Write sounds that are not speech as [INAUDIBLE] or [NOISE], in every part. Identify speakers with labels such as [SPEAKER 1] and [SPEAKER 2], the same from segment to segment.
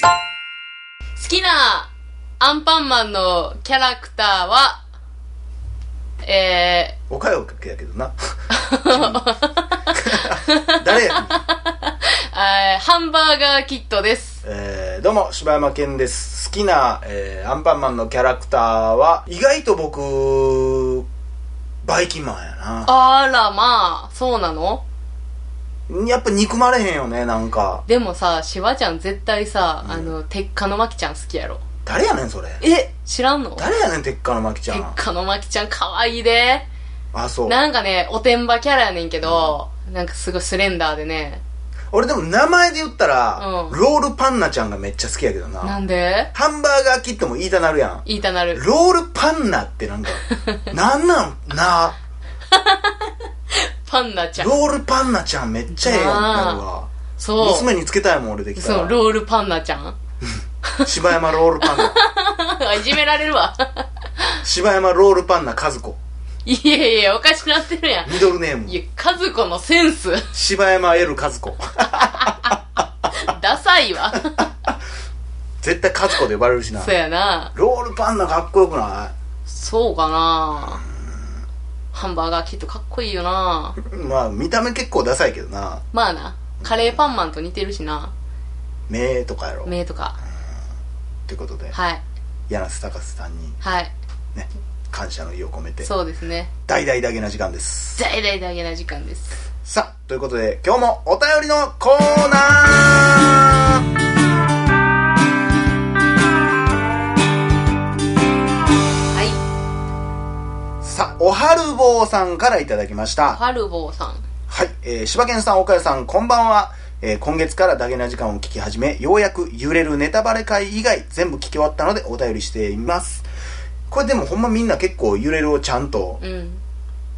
[SPEAKER 1] 好きなアンパンマンのキャラクターは、え
[SPEAKER 2] おかよけやけどな [LAUGHS] 誰やねん
[SPEAKER 1] ーえーハンバーガーキットです。
[SPEAKER 2] えーどうも柴山健です好きな、えーアンパンマンのキャラクターは意外と僕バイキンマンやな
[SPEAKER 1] あら、まあ、そうなの
[SPEAKER 2] やっぱ憎まれへんよねなんか
[SPEAKER 1] でもさ、しわちゃん絶対さ、あの、鉄火のまきちゃん好きやろ。
[SPEAKER 2] 誰やねんそれ
[SPEAKER 1] え知らんの
[SPEAKER 2] 誰やねん鉄火のまきちゃ
[SPEAKER 1] 鉄
[SPEAKER 2] ん
[SPEAKER 1] 火のまきちゃん可愛いで。
[SPEAKER 2] あそう
[SPEAKER 1] なんかね、おてんばキャラやねんけど、なんかすごいスレンダーでね。
[SPEAKER 2] 俺でも名前で言ったら、
[SPEAKER 1] うん
[SPEAKER 2] ロールパンナちゃんがめっちゃ好きやけどな
[SPEAKER 1] なんで
[SPEAKER 2] ハンバーガーキットも言いたなるやん
[SPEAKER 1] 言いたなる。
[SPEAKER 2] ロールパンナって
[SPEAKER 1] [LAUGHS]
[SPEAKER 2] なんかなんなんな
[SPEAKER 1] パンナちゃん。
[SPEAKER 2] ロールパンナちゃんめっちゃええやんなるわ
[SPEAKER 1] そう。
[SPEAKER 2] 娘につけたいもん俺できた
[SPEAKER 1] そう、
[SPEAKER 2] ら
[SPEAKER 1] ロールパンナちゃん。 [LAUGHS]
[SPEAKER 2] 柴山ロールパンナ
[SPEAKER 1] いじめられるわ。
[SPEAKER 2] 柴山ロールパンナ和子
[SPEAKER 1] いやいやいや、おかしくなってるやん。
[SPEAKER 2] ミドルネーム
[SPEAKER 1] いや、和子のセンス、 [LAUGHS]
[SPEAKER 2] 柴山 L 和子
[SPEAKER 1] ダサいわ。
[SPEAKER 2] 絶対和子で呼ばれるしな
[SPEAKER 1] そうやな。
[SPEAKER 2] ロールパンナかっこよくな
[SPEAKER 1] そうかな。ハンバーガーキットかっこいいよな。
[SPEAKER 2] いまあ見た目結構ダサいけどな
[SPEAKER 1] まあな、カレーパンマンと似てるしな。
[SPEAKER 2] 目とかやろ
[SPEAKER 1] 目とか。
[SPEAKER 2] ということで
[SPEAKER 1] はい。
[SPEAKER 2] 柳瀬隆さんに
[SPEAKER 1] はい。
[SPEAKER 2] ね感謝の意を込めて
[SPEAKER 1] そうですね。
[SPEAKER 2] 大々だけな時間です
[SPEAKER 1] 大々だけな時間です。
[SPEAKER 2] さあということで今日もお便りのコーナー
[SPEAKER 1] はい。
[SPEAKER 2] さあおはるぼうさんからいただきました
[SPEAKER 1] ハルボーさん。
[SPEAKER 2] はい、えー、柴犬さん岡谷さんこんばんは、えー今月からダゲな時間を聞き始めようやく揺れるネタバレ会以外全部聞き終わったのでお便りしていますこれでもほんまみんな結構揺れるをちゃんと
[SPEAKER 1] うん。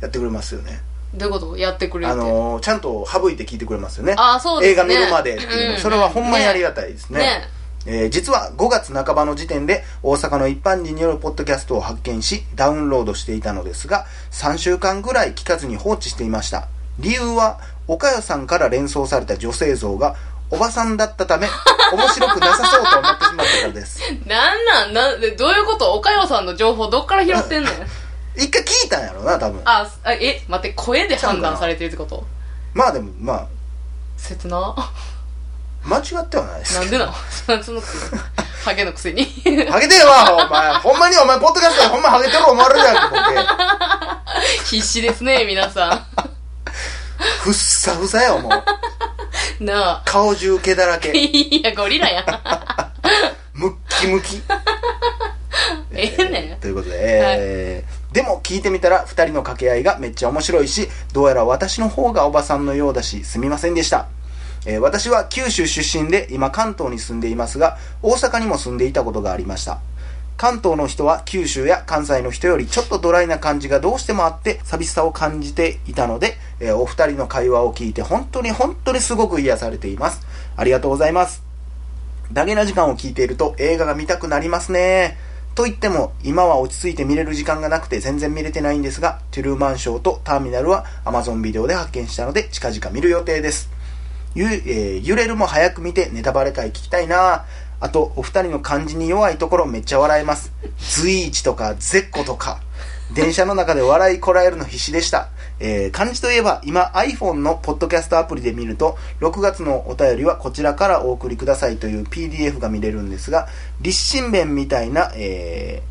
[SPEAKER 2] やってくれますよね
[SPEAKER 1] どういうことやってくれるっ
[SPEAKER 2] あ
[SPEAKER 1] て。
[SPEAKER 2] のーちゃんと省いて聞いてくれますよね
[SPEAKER 1] あーそうですね
[SPEAKER 2] 映画見るまでっていうの、
[SPEAKER 1] うん
[SPEAKER 2] それはほんまにありがたいです
[SPEAKER 1] ねね
[SPEAKER 2] えー実は5月半ばの時点で大阪の一般人によるポッドキャストを発見しダウンロードしていたのですが3週間ぐらい聞かずに放置していました理由は岡代さんから連想された女性像がおばさんだったため面白くなさそうと思ってしまったからです
[SPEAKER 1] なんなんなんでどういうことおかよさんの情報どっから拾ってんの
[SPEAKER 2] 一回聞いたんやろな多分
[SPEAKER 1] ああ、え、待って、声で判断されてるってこと
[SPEAKER 2] まあでもまあ
[SPEAKER 1] 切な。
[SPEAKER 2] 間違ってはないです
[SPEAKER 1] なんでなのそのくせにハゲのくせに。
[SPEAKER 2] ハゲてえわお前ほんまにお前ポッドキャストでほんまハゲてる思われるやんけボケ
[SPEAKER 1] 必死ですね、皆さ
[SPEAKER 2] ふっさふさやもう
[SPEAKER 1] うん。なあ。
[SPEAKER 2] 顔中毛だら
[SPEAKER 1] [LAUGHS]
[SPEAKER 2] け
[SPEAKER 1] いや、ゴリラやん。
[SPEAKER 2] ムッキムキ
[SPEAKER 1] ええね
[SPEAKER 2] ということで、えーでも聞いてみたら2人の掛け合いがめっちゃ面白いしどうやら私の方がおばさんのようだしすみませんでした、えー私は九州出身で今関東に住んでいますが大阪にも住んでいたことがありました関東の人は九州や関西の人よりちょっとドライな感じがどうしてもあって寂しさを感じていたので、えーお二人の会話を聞いて本当に本当にすごく癒されていますありがとうございますダゲな時間を聞いていると映画が見たくなりますね。と言っても、今は落ち着いて見れる時間がなくて全然見れてないんですが、トゥルーマンショーとターミナルは Amazon ビデオで発見したので、近々見る予定です。ゆ、えー揺れるも早く見てネタバレ会聞きたいなあと、お二人の感じに弱いところめっちゃ笑えます。随一とか、絶コとか。電車の中で笑いこらえるの必死でした。えー漢字といえば、今 iPhone のポッドキャストアプリで見ると、6月のお便りはこちらからお送りくださいという PDF が見れるんですが、立身弁みたいな、え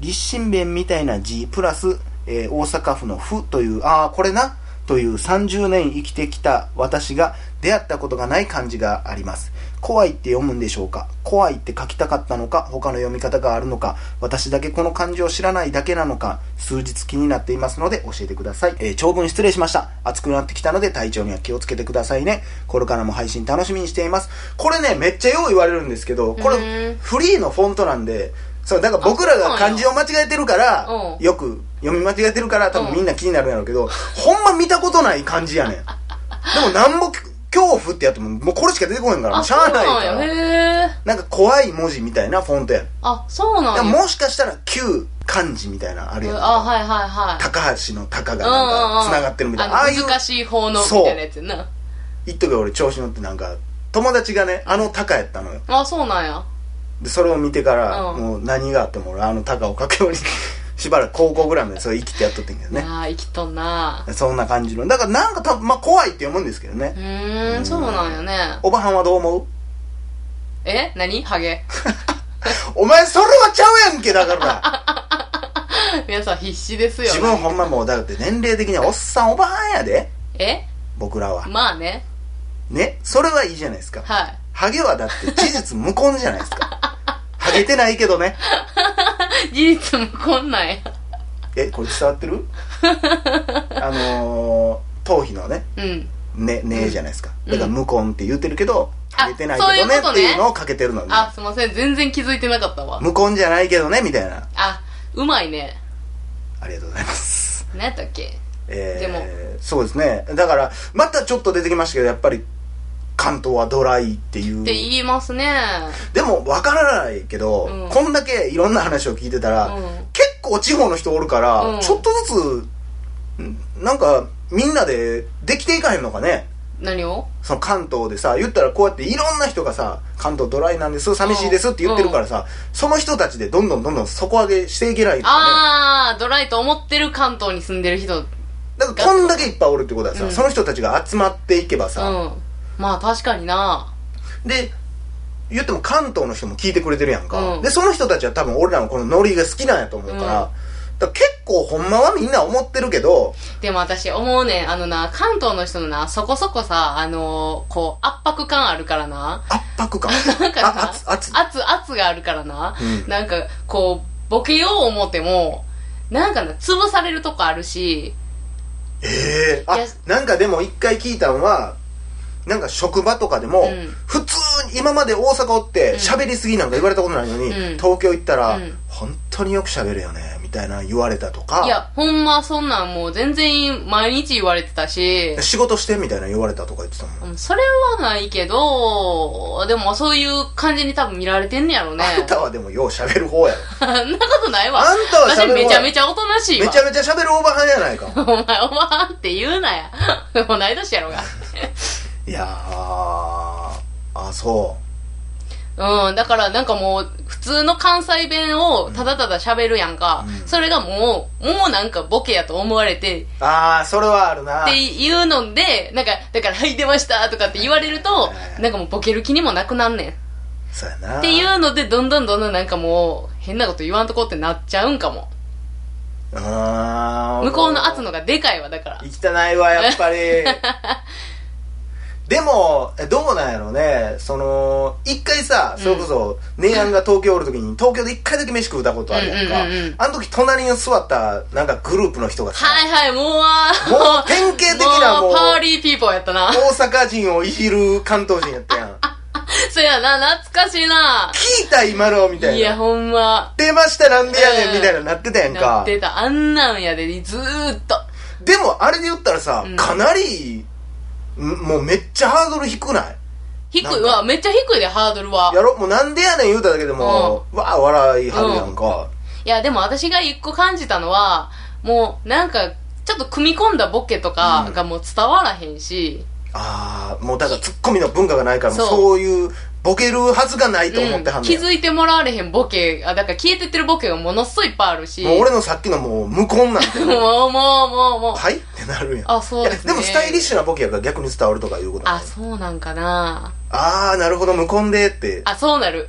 [SPEAKER 2] ー立身弁みたいな字プラス、えー大阪府の「府」というああこれなという30年生きてきた私が出会ったことがない漢字があります怖いって読むんでしょうか怖いって書きたかったのか他の読み方があるのか私だけこの漢字を知らないだけなのか数日気になっていますので教えてください、えー長文失礼しました暑くなってきたので体調には気をつけてくださいねこれからも配信楽しみにしていますこれねめっちゃよう言われるんですけどこ
[SPEAKER 1] う
[SPEAKER 2] れ
[SPEAKER 1] ーん
[SPEAKER 2] フリーのフォントなんでそうだから僕らが漢字を間違えてるから
[SPEAKER 1] うん
[SPEAKER 2] よく読み間違えてるから多分みんな気になるんやろうけど、ほんま見たことない漢
[SPEAKER 1] [LAUGHS]
[SPEAKER 2] 字やねんでもなんぼ恐怖ってやってももうこれしか出てこへんから
[SPEAKER 1] あ、
[SPEAKER 2] しゃあ
[SPEAKER 1] そう
[SPEAKER 2] ないか
[SPEAKER 1] なん
[SPEAKER 2] ら
[SPEAKER 1] や。へえ。
[SPEAKER 2] なんか怖い文字みたいなフォントやん
[SPEAKER 1] あ、そうなん
[SPEAKER 2] で
[SPEAKER 1] や。
[SPEAKER 2] ももしかしたら旧漢字みたいなのあるやん
[SPEAKER 1] あ、はいはいはい。
[SPEAKER 2] 高橋の高が
[SPEAKER 1] うんうんうん。
[SPEAKER 2] なんか繋がってるみたいなあ
[SPEAKER 1] あ
[SPEAKER 2] あ
[SPEAKER 1] の
[SPEAKER 2] いう
[SPEAKER 1] 難しい方のみたいなやつやな。
[SPEAKER 2] 一時俺調子乗ってなんか友達がねあのタカやったのよ
[SPEAKER 1] あ、そうなんや。
[SPEAKER 2] でそれを見てから、
[SPEAKER 1] うん
[SPEAKER 2] もう何があっても俺あのタカをかくようにしばらく高校ぐらいまでそれ生きてやっとってんけどね
[SPEAKER 1] ああ、生きとんな。
[SPEAKER 2] そんな感じのだからなんか多分まあ怖いって思うんですけどね
[SPEAKER 1] うーん、そうなんやね。
[SPEAKER 2] おばはんはどう思う
[SPEAKER 1] え何ハゲ。 [LAUGHS]
[SPEAKER 2] お前それはちゃうやんけ
[SPEAKER 1] [LAUGHS]
[SPEAKER 2] だから
[SPEAKER 1] 皆さん必死ですよ。
[SPEAKER 2] 自分ほんまもうだって年齢的にはおっさんおばはんやで
[SPEAKER 1] え
[SPEAKER 2] 僕らは
[SPEAKER 1] まあね。
[SPEAKER 2] ねそれはいいじゃないですか
[SPEAKER 1] はい。
[SPEAKER 2] ハゲはだって事実無根じゃないですか
[SPEAKER 1] [LAUGHS]
[SPEAKER 2] ハゲてないけどね
[SPEAKER 1] 事実もこんなんや。
[SPEAKER 2] えこれ伝わってるあのー、頭皮のね
[SPEAKER 1] うん。
[SPEAKER 2] ねねえじゃないですか、だから無根って言ってるけど
[SPEAKER 1] あ
[SPEAKER 2] ハゲてないけど
[SPEAKER 1] そうい
[SPEAKER 2] ね
[SPEAKER 1] うこと
[SPEAKER 2] って
[SPEAKER 1] ね
[SPEAKER 2] いうのをかけてるのに
[SPEAKER 1] あ、すいません。全然気づいてなかったわ。
[SPEAKER 2] 無根じゃないけどねみたいな
[SPEAKER 1] あ、うまいね。
[SPEAKER 2] ありがとうございます
[SPEAKER 1] 何やったっけ
[SPEAKER 2] えー、
[SPEAKER 1] でも
[SPEAKER 2] そうですねだからまたちょっと出てきましたけどやっぱり関東はドライっていう
[SPEAKER 1] って言いますね。
[SPEAKER 2] でも分からないけど、
[SPEAKER 1] うん
[SPEAKER 2] こんだけいろんな話を聞いてたら、
[SPEAKER 1] うん
[SPEAKER 2] 結構地方の人おるから、
[SPEAKER 1] うん
[SPEAKER 2] ちょっとずつうんなんかみんなでできていかへんのかね
[SPEAKER 1] 何を
[SPEAKER 2] その関東でさ言ったらこうやっていろんな人がさ関東ドライなんです寂しいですって言ってるからさ、その人たちでどんどんどんどん底上げしていけないとかね
[SPEAKER 1] あー、ドライと思ってる関東に住んでる人。うん。
[SPEAKER 2] だからこんだけいっぱいおるってことはさ、
[SPEAKER 1] うん
[SPEAKER 2] その人たちが集まっていけばさ、
[SPEAKER 1] まあ確かにな。
[SPEAKER 2] で言っても関東の人も聞いてくれてるやんか、
[SPEAKER 1] うん
[SPEAKER 2] でその人たちは多分俺らのこのノリが好きなんやと思うから,、
[SPEAKER 1] うん
[SPEAKER 2] だから結構ほんまはみんな思ってるけど
[SPEAKER 1] でも私思うねん。あのな、関東の人のな、そこそこさ、あのーこう、圧迫感あるからな。
[SPEAKER 2] 圧迫感
[SPEAKER 1] なんか
[SPEAKER 2] あ
[SPEAKER 1] さ、
[SPEAKER 2] 圧圧
[SPEAKER 1] 圧、圧があるからな。
[SPEAKER 2] うん
[SPEAKER 1] なんか、こう、ボケよう思っても、なんかな、潰されるとこあるし、
[SPEAKER 2] え
[SPEAKER 1] い
[SPEAKER 2] えあ
[SPEAKER 1] や
[SPEAKER 2] なんかでも一回聞いたんはなんか職場とかでも、
[SPEAKER 1] うん
[SPEAKER 2] 普通に今まで大阪おって
[SPEAKER 1] うん
[SPEAKER 2] 喋、りすぎなんか言われたことないのに、
[SPEAKER 1] うん
[SPEAKER 2] 東京行ったら、
[SPEAKER 1] うん
[SPEAKER 2] 本当によく喋るよねみたいな言われたとか
[SPEAKER 1] いや、ほんまそんなんもう全然毎日言われてたし、
[SPEAKER 2] 仕事してみたいな言われたとか言ってたもん、
[SPEAKER 1] うんそれはないけど、でもそういう感じに多分見られてんねやろね。
[SPEAKER 2] あんたはでもよう喋る方やろ
[SPEAKER 1] [LAUGHS] そんなことないわ。
[SPEAKER 2] あんたは喋
[SPEAKER 1] 私
[SPEAKER 2] るわ
[SPEAKER 1] めちゃめちゃおとなしいわ。
[SPEAKER 2] めちゃめちゃ喋るおばはんやないか
[SPEAKER 1] お前、おばんって言うなや。 [LAUGHS] 同い年やろが。
[SPEAKER 2] いやーあそ
[SPEAKER 1] うん、だからなんかもう、普通の関西弁をただただ喋るやんか、
[SPEAKER 2] うん
[SPEAKER 1] それがもう、もうなんかボケやと思われて、
[SPEAKER 2] うああそれはあるな
[SPEAKER 1] っていうので、なんか、だから、はい、出ましたとかって言われると
[SPEAKER 2] は、い
[SPEAKER 1] なんかもうボケる気にもなくなんねん。っ
[SPEAKER 2] そうやな
[SPEAKER 1] ていうので、どんどんどんどんなんかもう、変なこと言わんとこってなっちゃうんかも。
[SPEAKER 2] あー
[SPEAKER 1] 向こうの圧のがでかいわ、だから。
[SPEAKER 2] 汚いわや
[SPEAKER 1] [LAUGHS]
[SPEAKER 2] っぱりでもえどうなんやろうねその一回さそれこそ姉やんが東京おる時に東京で一回だけ飯食うたことあるやんか、
[SPEAKER 1] うんうんうんうん
[SPEAKER 2] あの時隣に座ったなんかグループの人がさ、
[SPEAKER 1] はいはい、もうあー、
[SPEAKER 2] もう典型的なもう
[SPEAKER 1] パーリーピーポーやったな。
[SPEAKER 2] 大阪人をいじる関東人やったやん
[SPEAKER 1] そやな、懐かしいな。
[SPEAKER 2] 聞いた今のみたいない
[SPEAKER 1] や、ほんま。
[SPEAKER 2] 出ましたなんでやね
[SPEAKER 1] うんん
[SPEAKER 2] みたいななってたやん
[SPEAKER 1] な
[SPEAKER 2] か
[SPEAKER 1] ってた。あんなんやで、ずーっと。
[SPEAKER 2] でもあれで言ったらさ、
[SPEAKER 1] うん
[SPEAKER 2] かなりんもうめっちゃハードル低くない
[SPEAKER 1] 低い
[SPEAKER 2] なんか
[SPEAKER 1] わ、めっちゃ低いで、ハードルは
[SPEAKER 2] や。ろもうなんでやねん言うただけでも、わあ笑いはるやんか、
[SPEAKER 1] いや、でも私が一個感じたのは、もう、なんか、ちょっと組み込んだボケとかがもう伝わらへんし、
[SPEAKER 2] ああもうだからツッコミの文化がないからも
[SPEAKER 1] そ
[SPEAKER 2] う
[SPEAKER 1] う
[SPEAKER 2] そういうボケるはずがないと思って
[SPEAKER 1] う
[SPEAKER 2] は
[SPEAKER 1] んん
[SPEAKER 2] ね
[SPEAKER 1] 気
[SPEAKER 2] ん、
[SPEAKER 1] づいてもらわれへんボケ、あ、だから消えてってるボケがものすごいいっぱいあるし、
[SPEAKER 2] もう俺のさっきのもう無根なんて
[SPEAKER 1] もう、もう、もう、もう。
[SPEAKER 2] はいってなるやん
[SPEAKER 1] あ、そうですね。
[SPEAKER 2] いやもスタイリッシュなボケやから逆に伝わるとかいうこと
[SPEAKER 1] あ、そうなんかな。
[SPEAKER 2] ああなるほど無根でってあ
[SPEAKER 1] あ、そうなる。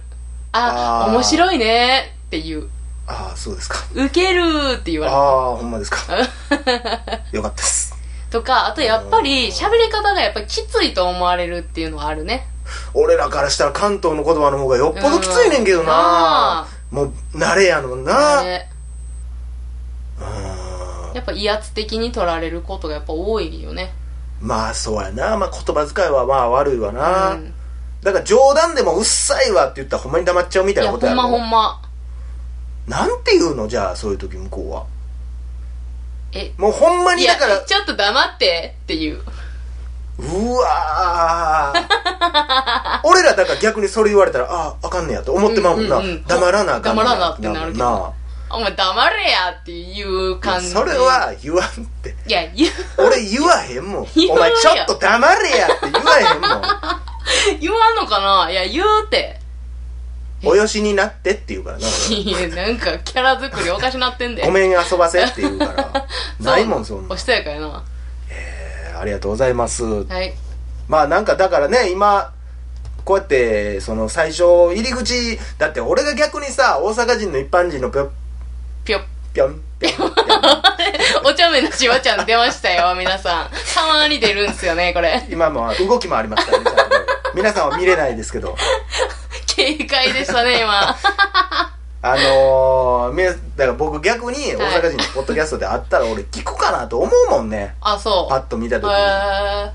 [SPEAKER 1] あ、
[SPEAKER 2] あー
[SPEAKER 1] 面白いねっていう。
[SPEAKER 2] あーそうですか
[SPEAKER 1] ウケるって言われる。
[SPEAKER 2] ああほんまですか
[SPEAKER 1] [LAUGHS]
[SPEAKER 2] よかったです
[SPEAKER 1] とか、あとやっぱり喋り方がやっぱりきついと思われるっていうのはあるね。
[SPEAKER 2] 俺らからしたら関東の言葉の方がよっぽどきついねんけど
[SPEAKER 1] うんな
[SPEAKER 2] な
[SPEAKER 1] あ
[SPEAKER 2] もう慣れやのな、
[SPEAKER 1] ね
[SPEAKER 2] うん
[SPEAKER 1] やっぱ威圧的に取られることがやっぱ多いよね。
[SPEAKER 2] まあそうやな、まあ、言葉遣いはまあ悪いわな、
[SPEAKER 1] うん
[SPEAKER 2] だから冗談でもうっさいわって言ったらほんまに黙っちゃうみた
[SPEAKER 1] い
[SPEAKER 2] い
[SPEAKER 1] や、
[SPEAKER 2] な
[SPEAKER 1] ほ
[SPEAKER 2] ことや
[SPEAKER 1] ん
[SPEAKER 2] ろ
[SPEAKER 1] まほんま。
[SPEAKER 2] なんて言うのじゃあそういう時向こうは
[SPEAKER 1] え、
[SPEAKER 2] もうほんま
[SPEAKER 1] い
[SPEAKER 2] に
[SPEAKER 1] や
[SPEAKER 2] だから、
[SPEAKER 1] ちょっと黙ってっていう。
[SPEAKER 2] うわー俺らだから逆にそれ言われたらあああかんねやと思ってまうもんな、
[SPEAKER 1] うんうんうん
[SPEAKER 2] 黙らなあかんねや
[SPEAKER 1] 黙らなってなるけど
[SPEAKER 2] もん
[SPEAKER 1] お前黙れやっていう
[SPEAKER 2] な
[SPEAKER 1] 感じ。
[SPEAKER 2] それ。は言わんって
[SPEAKER 1] いや、言う、
[SPEAKER 2] 俺言わへんもんお
[SPEAKER 1] 言わんよ
[SPEAKER 2] 前ちょっと黙れやって言わへんもん
[SPEAKER 1] 言わかないや、言うて。
[SPEAKER 2] [LAUGHS] およしになってって言う [LAUGHS] からな、俺
[SPEAKER 1] いや、なんかキャラ作りおかしなってんで。。
[SPEAKER 2] ごめん遊ばせって言うから [LAUGHS]
[SPEAKER 1] そう
[SPEAKER 2] ないもん、そんな
[SPEAKER 1] お。しとやかやな。
[SPEAKER 2] えーありがとうございます。
[SPEAKER 1] はい。
[SPEAKER 2] まあなんかだからね、今、こうやって、その最初、入り口、だって俺が逆にさ、大阪人の一般人のぴょん、
[SPEAKER 1] ぴょっ。 [LAUGHS]
[SPEAKER 2] ぴょん、ぴょん、ぴょん
[SPEAKER 1] お茶目のしわちゃん出ましたよ、皆さん。たまに出るんすよね、これ。
[SPEAKER 2] 今も動きもありま [LAUGHS] したね、ちゃんと皆さんは見れないですけど。
[SPEAKER 1] 警戒でしたね、今。
[SPEAKER 2] あのー、みなだから僕逆に大阪人のポッドキャストで会ったら俺聞くかなと思うもんね。
[SPEAKER 1] あ、そう。
[SPEAKER 2] パッと見た時に。
[SPEAKER 1] へ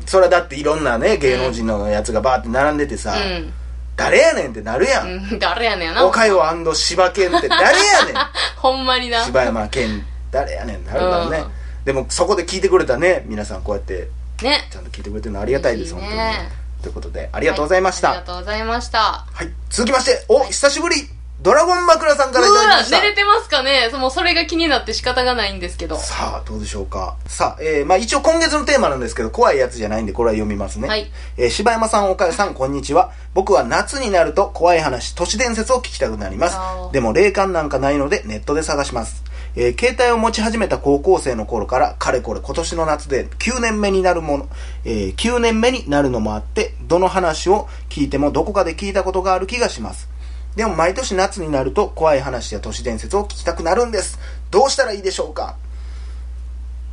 [SPEAKER 2] うんそれはだっていろんなね、芸能人のやつがバーって並んでてさ、
[SPEAKER 1] ー
[SPEAKER 2] 誰やねんってなるやん。
[SPEAKER 1] うん。うん。誰やねんやな。
[SPEAKER 2] 岡山柴犬って誰や
[SPEAKER 1] [LAUGHS]
[SPEAKER 2] ねん
[SPEAKER 1] ほんまにな。
[SPEAKER 2] 柴山健誰やねんってなるからね。でもそこで聞いてくれたね、皆さんこうやって
[SPEAKER 1] ね。
[SPEAKER 2] ちゃんと聞いてくれてるのありがたいです、
[SPEAKER 1] 嬉
[SPEAKER 2] 本
[SPEAKER 1] し
[SPEAKER 2] 当
[SPEAKER 1] い
[SPEAKER 2] に
[SPEAKER 1] ね。
[SPEAKER 2] ということで、あ
[SPEAKER 1] あ
[SPEAKER 2] りがとうございました。
[SPEAKER 1] ありがとうございました。
[SPEAKER 2] はい、続きまして、お、久しぶりドラゴン枕さんからいただきまし
[SPEAKER 1] うわ
[SPEAKER 2] た
[SPEAKER 1] 寝。れてますかねそもうそれが気になって仕方がないんですけど。
[SPEAKER 2] さあ、どうでしょうか。さあ、えー、まあ一応今月のテーマなんですけど、怖いやつじゃないんで、これは読みますね。
[SPEAKER 1] はい。
[SPEAKER 2] えー、柴山さん、岡谷さん、こんにちは。僕は夏になると怖い話、都市伝説を聞きたくなります
[SPEAKER 1] あー。
[SPEAKER 2] でも霊感なんかないので、ネットで探します。えー、携帯を持ち始めた高校生の頃から、かれこれ今年の夏で9年目になるもの、えー、9年目になるのもあって、どの話を聞いてもどこかで聞いたことがある気がします。でも毎年夏になると怖い話や都市伝説を聞きたくなるんです。どうしたらいいでしょうか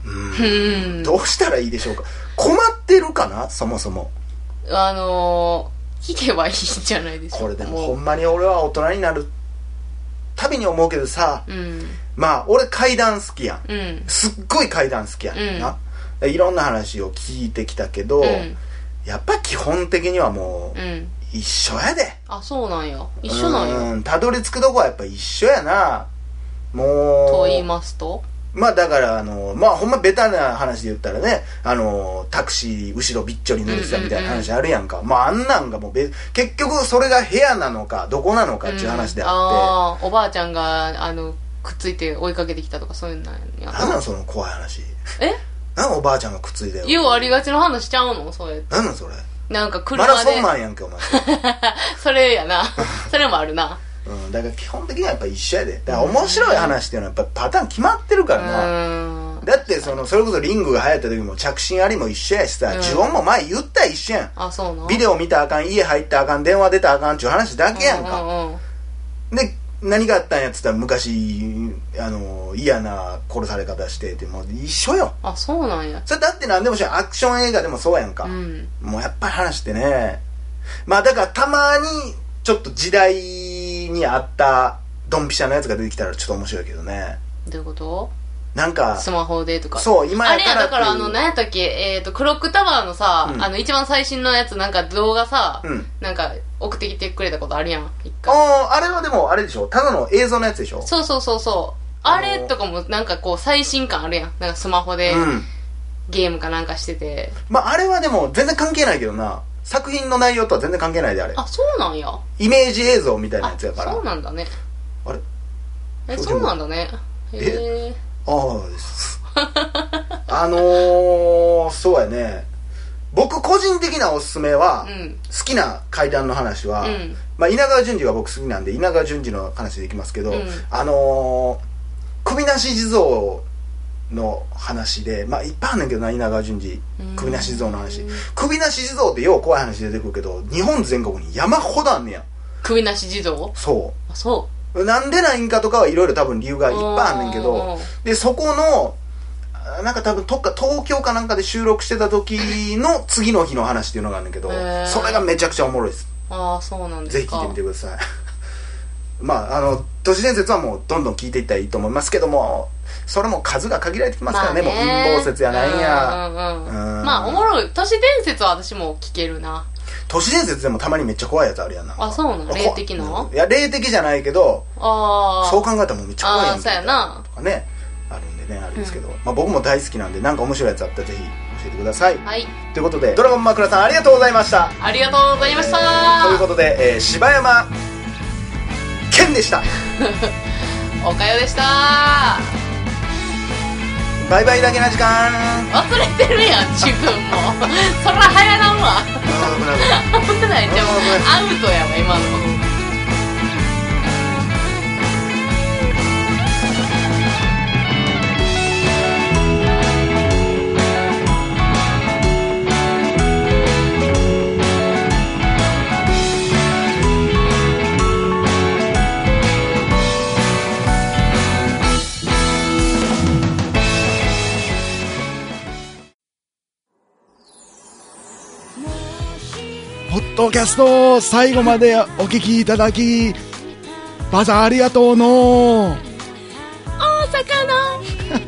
[SPEAKER 1] うん。
[SPEAKER 2] どうしたらいいでしょうか困ってるかなそもそも。
[SPEAKER 1] あのー、聞けばいいんじゃないですか。
[SPEAKER 2] これでも
[SPEAKER 1] も
[SPEAKER 2] ほ
[SPEAKER 1] うん
[SPEAKER 2] まに俺は大人になるたびに思うけどさ、
[SPEAKER 1] うん。
[SPEAKER 2] まあ俺階段好きやん。
[SPEAKER 1] うん。
[SPEAKER 2] すっごい階段好きやんな。いろんな話を聞いてきたけど、
[SPEAKER 1] うん。
[SPEAKER 2] やっぱ基本的にはもう
[SPEAKER 1] うん。
[SPEAKER 2] 一緒やで。
[SPEAKER 1] あ、そうなんや。一緒なんや。
[SPEAKER 2] うん。たどり着くとこはやっぱ一緒やな。もう。
[SPEAKER 1] と言いますと
[SPEAKER 2] まあだから、あの、まあほんまベタな話で言ったらね、あの、タクシー後ろびっちょり濡れてたみたいな話あるやんか。まああんなんがもうべ、結局それが部屋なのか、どこなのかっていう話で
[SPEAKER 1] うん
[SPEAKER 2] あっ
[SPEAKER 1] あーおばあちゃんが、あの、くっついて追いかけてきたとかそういうのなんや
[SPEAKER 2] て、なんなんその怖い話。
[SPEAKER 1] え
[SPEAKER 2] なんかおばあちゃんがくっついたよ。
[SPEAKER 1] ようありがちの話しちゃうのそれ。
[SPEAKER 2] なんなんそれ。
[SPEAKER 1] なんか
[SPEAKER 2] マラ
[SPEAKER 1] 車
[SPEAKER 2] ソ
[SPEAKER 1] で
[SPEAKER 2] ン。マンやんけ、お前。
[SPEAKER 1] それや
[SPEAKER 2] [LAUGHS]
[SPEAKER 1] な。それもあるな。
[SPEAKER 2] うん、だから基本的にはやっぱ一緒やで。だから面白い話っていうのはやっぱパターン決まってるか
[SPEAKER 1] う
[SPEAKER 2] らな。
[SPEAKER 1] ーん。
[SPEAKER 2] だってその、それこそリングが流行った時も着信ありも一緒やしさ、
[SPEAKER 1] うん
[SPEAKER 2] 呪音も前言ったら一緒やん。
[SPEAKER 1] あ、そうなん
[SPEAKER 2] ビデオ見たらあかん、家入ったらあかん、電話出たらあかんっていう話だけやんか。
[SPEAKER 1] うんうんうん
[SPEAKER 2] で何があったんやっつったら昔あの嫌な殺され方しててもう一緒よ
[SPEAKER 1] あ、そうなんや。
[SPEAKER 2] それだって何でもしアクション映画でもそうやんか、
[SPEAKER 1] うん。
[SPEAKER 2] もうやっぱり話ってねまあだからたまにちょっと時代に合ったドンピシャのやつが出てきたらちょっと面白いけどね
[SPEAKER 1] どういうこと
[SPEAKER 2] なんか
[SPEAKER 1] スマホでとか。
[SPEAKER 2] そう今
[SPEAKER 1] あ
[SPEAKER 2] や
[SPEAKER 1] れ
[SPEAKER 2] か
[SPEAKER 1] や、
[SPEAKER 2] ら
[SPEAKER 1] だからあ
[SPEAKER 2] っていう
[SPEAKER 1] の、何やったっけ、えっ、と、クロックタワーのさ、
[SPEAKER 2] うん
[SPEAKER 1] あの、一番最新のやつ、なんか動画さ、
[SPEAKER 2] うん
[SPEAKER 1] なんか送ってきてくれたことあるやん、一回。
[SPEAKER 2] あーあれはでもあれでしょただの映像のやつでしょ
[SPEAKER 1] そうそうそうそう。
[SPEAKER 2] あ
[SPEAKER 1] あ
[SPEAKER 2] のー
[SPEAKER 1] れとかもなんかこう最新感あるやん。なんかスマホで
[SPEAKER 2] うん
[SPEAKER 1] ゲームかなんかしてて。
[SPEAKER 2] まああれはでも全然関係ないけどな作品の内容とは全然関係ないであれ
[SPEAKER 1] あ、そうなんや。
[SPEAKER 2] イメージ映像みたいな
[SPEAKER 1] あ
[SPEAKER 2] や、つやから
[SPEAKER 1] そうなんだね。
[SPEAKER 2] あれ
[SPEAKER 1] え、
[SPEAKER 2] そう
[SPEAKER 1] そうなんだね。へえ。
[SPEAKER 2] ああです [LAUGHS] あのー、そうやね僕個人的なおすすめは、
[SPEAKER 1] うん。
[SPEAKER 2] 好きな階段の話は、
[SPEAKER 1] うん
[SPEAKER 2] まあ、稲川淳二は僕好きなんで稲川淳二の話でいきますけど、
[SPEAKER 1] うん
[SPEAKER 2] あのー、首なし地蔵の話でまあいっぱいあんねんけどな稲川淳二
[SPEAKER 1] うん
[SPEAKER 2] 首なし地蔵の話首なし地蔵ってよう怖い話出てくるけど日本全国に山ほどあんねや
[SPEAKER 1] 首なし地蔵
[SPEAKER 2] そ
[SPEAKER 1] あ、そう
[SPEAKER 2] なんでないんかとかはいろいろ多分理由
[SPEAKER 1] う。
[SPEAKER 2] がいっぱいあんねんけど、
[SPEAKER 1] うん
[SPEAKER 2] でそこのあなんか多分どっか東京かなんかで収録してた時の次の日の話っていうのがあるんだけど
[SPEAKER 1] へー
[SPEAKER 2] それがめちゃくちゃおもろいです
[SPEAKER 1] ああ、そうなんです
[SPEAKER 2] ぜひ
[SPEAKER 1] か。
[SPEAKER 2] 聞いてみてください [LAUGHS] まああの都市伝説はもうどんどん聞いていったらいいと思いますけどもそれも数が限られてきますからね,、もう陰謀説やなんや、
[SPEAKER 1] うんうんうん
[SPEAKER 2] うん
[SPEAKER 1] まあおもろい都市伝説は私も聞けるな
[SPEAKER 2] 都市伝説でもたまにめっちゃ怖いやつあるやんなんか
[SPEAKER 1] あそうなの
[SPEAKER 2] こ
[SPEAKER 1] 霊的な
[SPEAKER 2] うんいや霊的じゃないけど
[SPEAKER 1] ああ
[SPEAKER 2] そう考えたらもうめっちゃ怖いや
[SPEAKER 1] あ
[SPEAKER 2] ん
[SPEAKER 1] ーそうやな
[SPEAKER 2] とかねあるんでねあるんですけど、まあ、僕も大好きなんでなんか面白いやつあったらぜひ教えてください
[SPEAKER 1] はい
[SPEAKER 2] ということでドラゴン枕さんありがとうございました
[SPEAKER 1] ありがとうございました
[SPEAKER 2] ということで、えー、柴山健でした
[SPEAKER 1] おかよでした
[SPEAKER 2] バイバイだけな時間
[SPEAKER 1] 忘れてるやん自分もそら早なんわ
[SPEAKER 2] 危ない危ない
[SPEAKER 1] ほんでないじゃんもうアウトやわ今の
[SPEAKER 3] ポッドキャスト最後までお聞きいただき、バザーありがとうの。
[SPEAKER 4] 大阪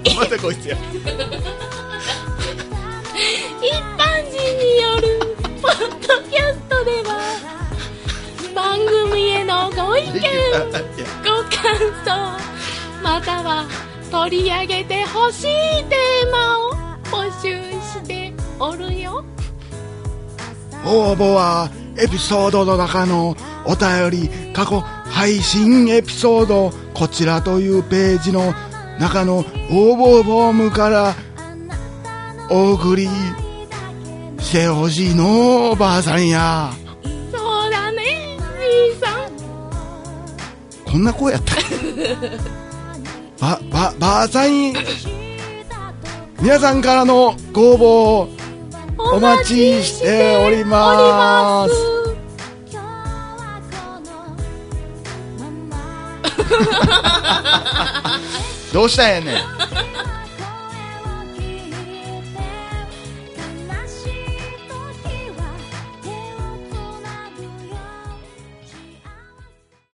[SPEAKER 4] の
[SPEAKER 3] またこいつや。
[SPEAKER 4] 一般人によるポッドキャストでは番組へのご意見ご感想または取り上げてほしいテーマを募集しておるよ
[SPEAKER 3] 応募はエピソードの中のお便り過去配信エピソードこちらというページの中の応募フォームからお送りしてほしいのおばあさんや
[SPEAKER 4] そうだねじいさん
[SPEAKER 3] こんな声やったっけばばばあさん皆さんからのご応募をお待ちしております
[SPEAKER 4] おり
[SPEAKER 3] どうしたんやねん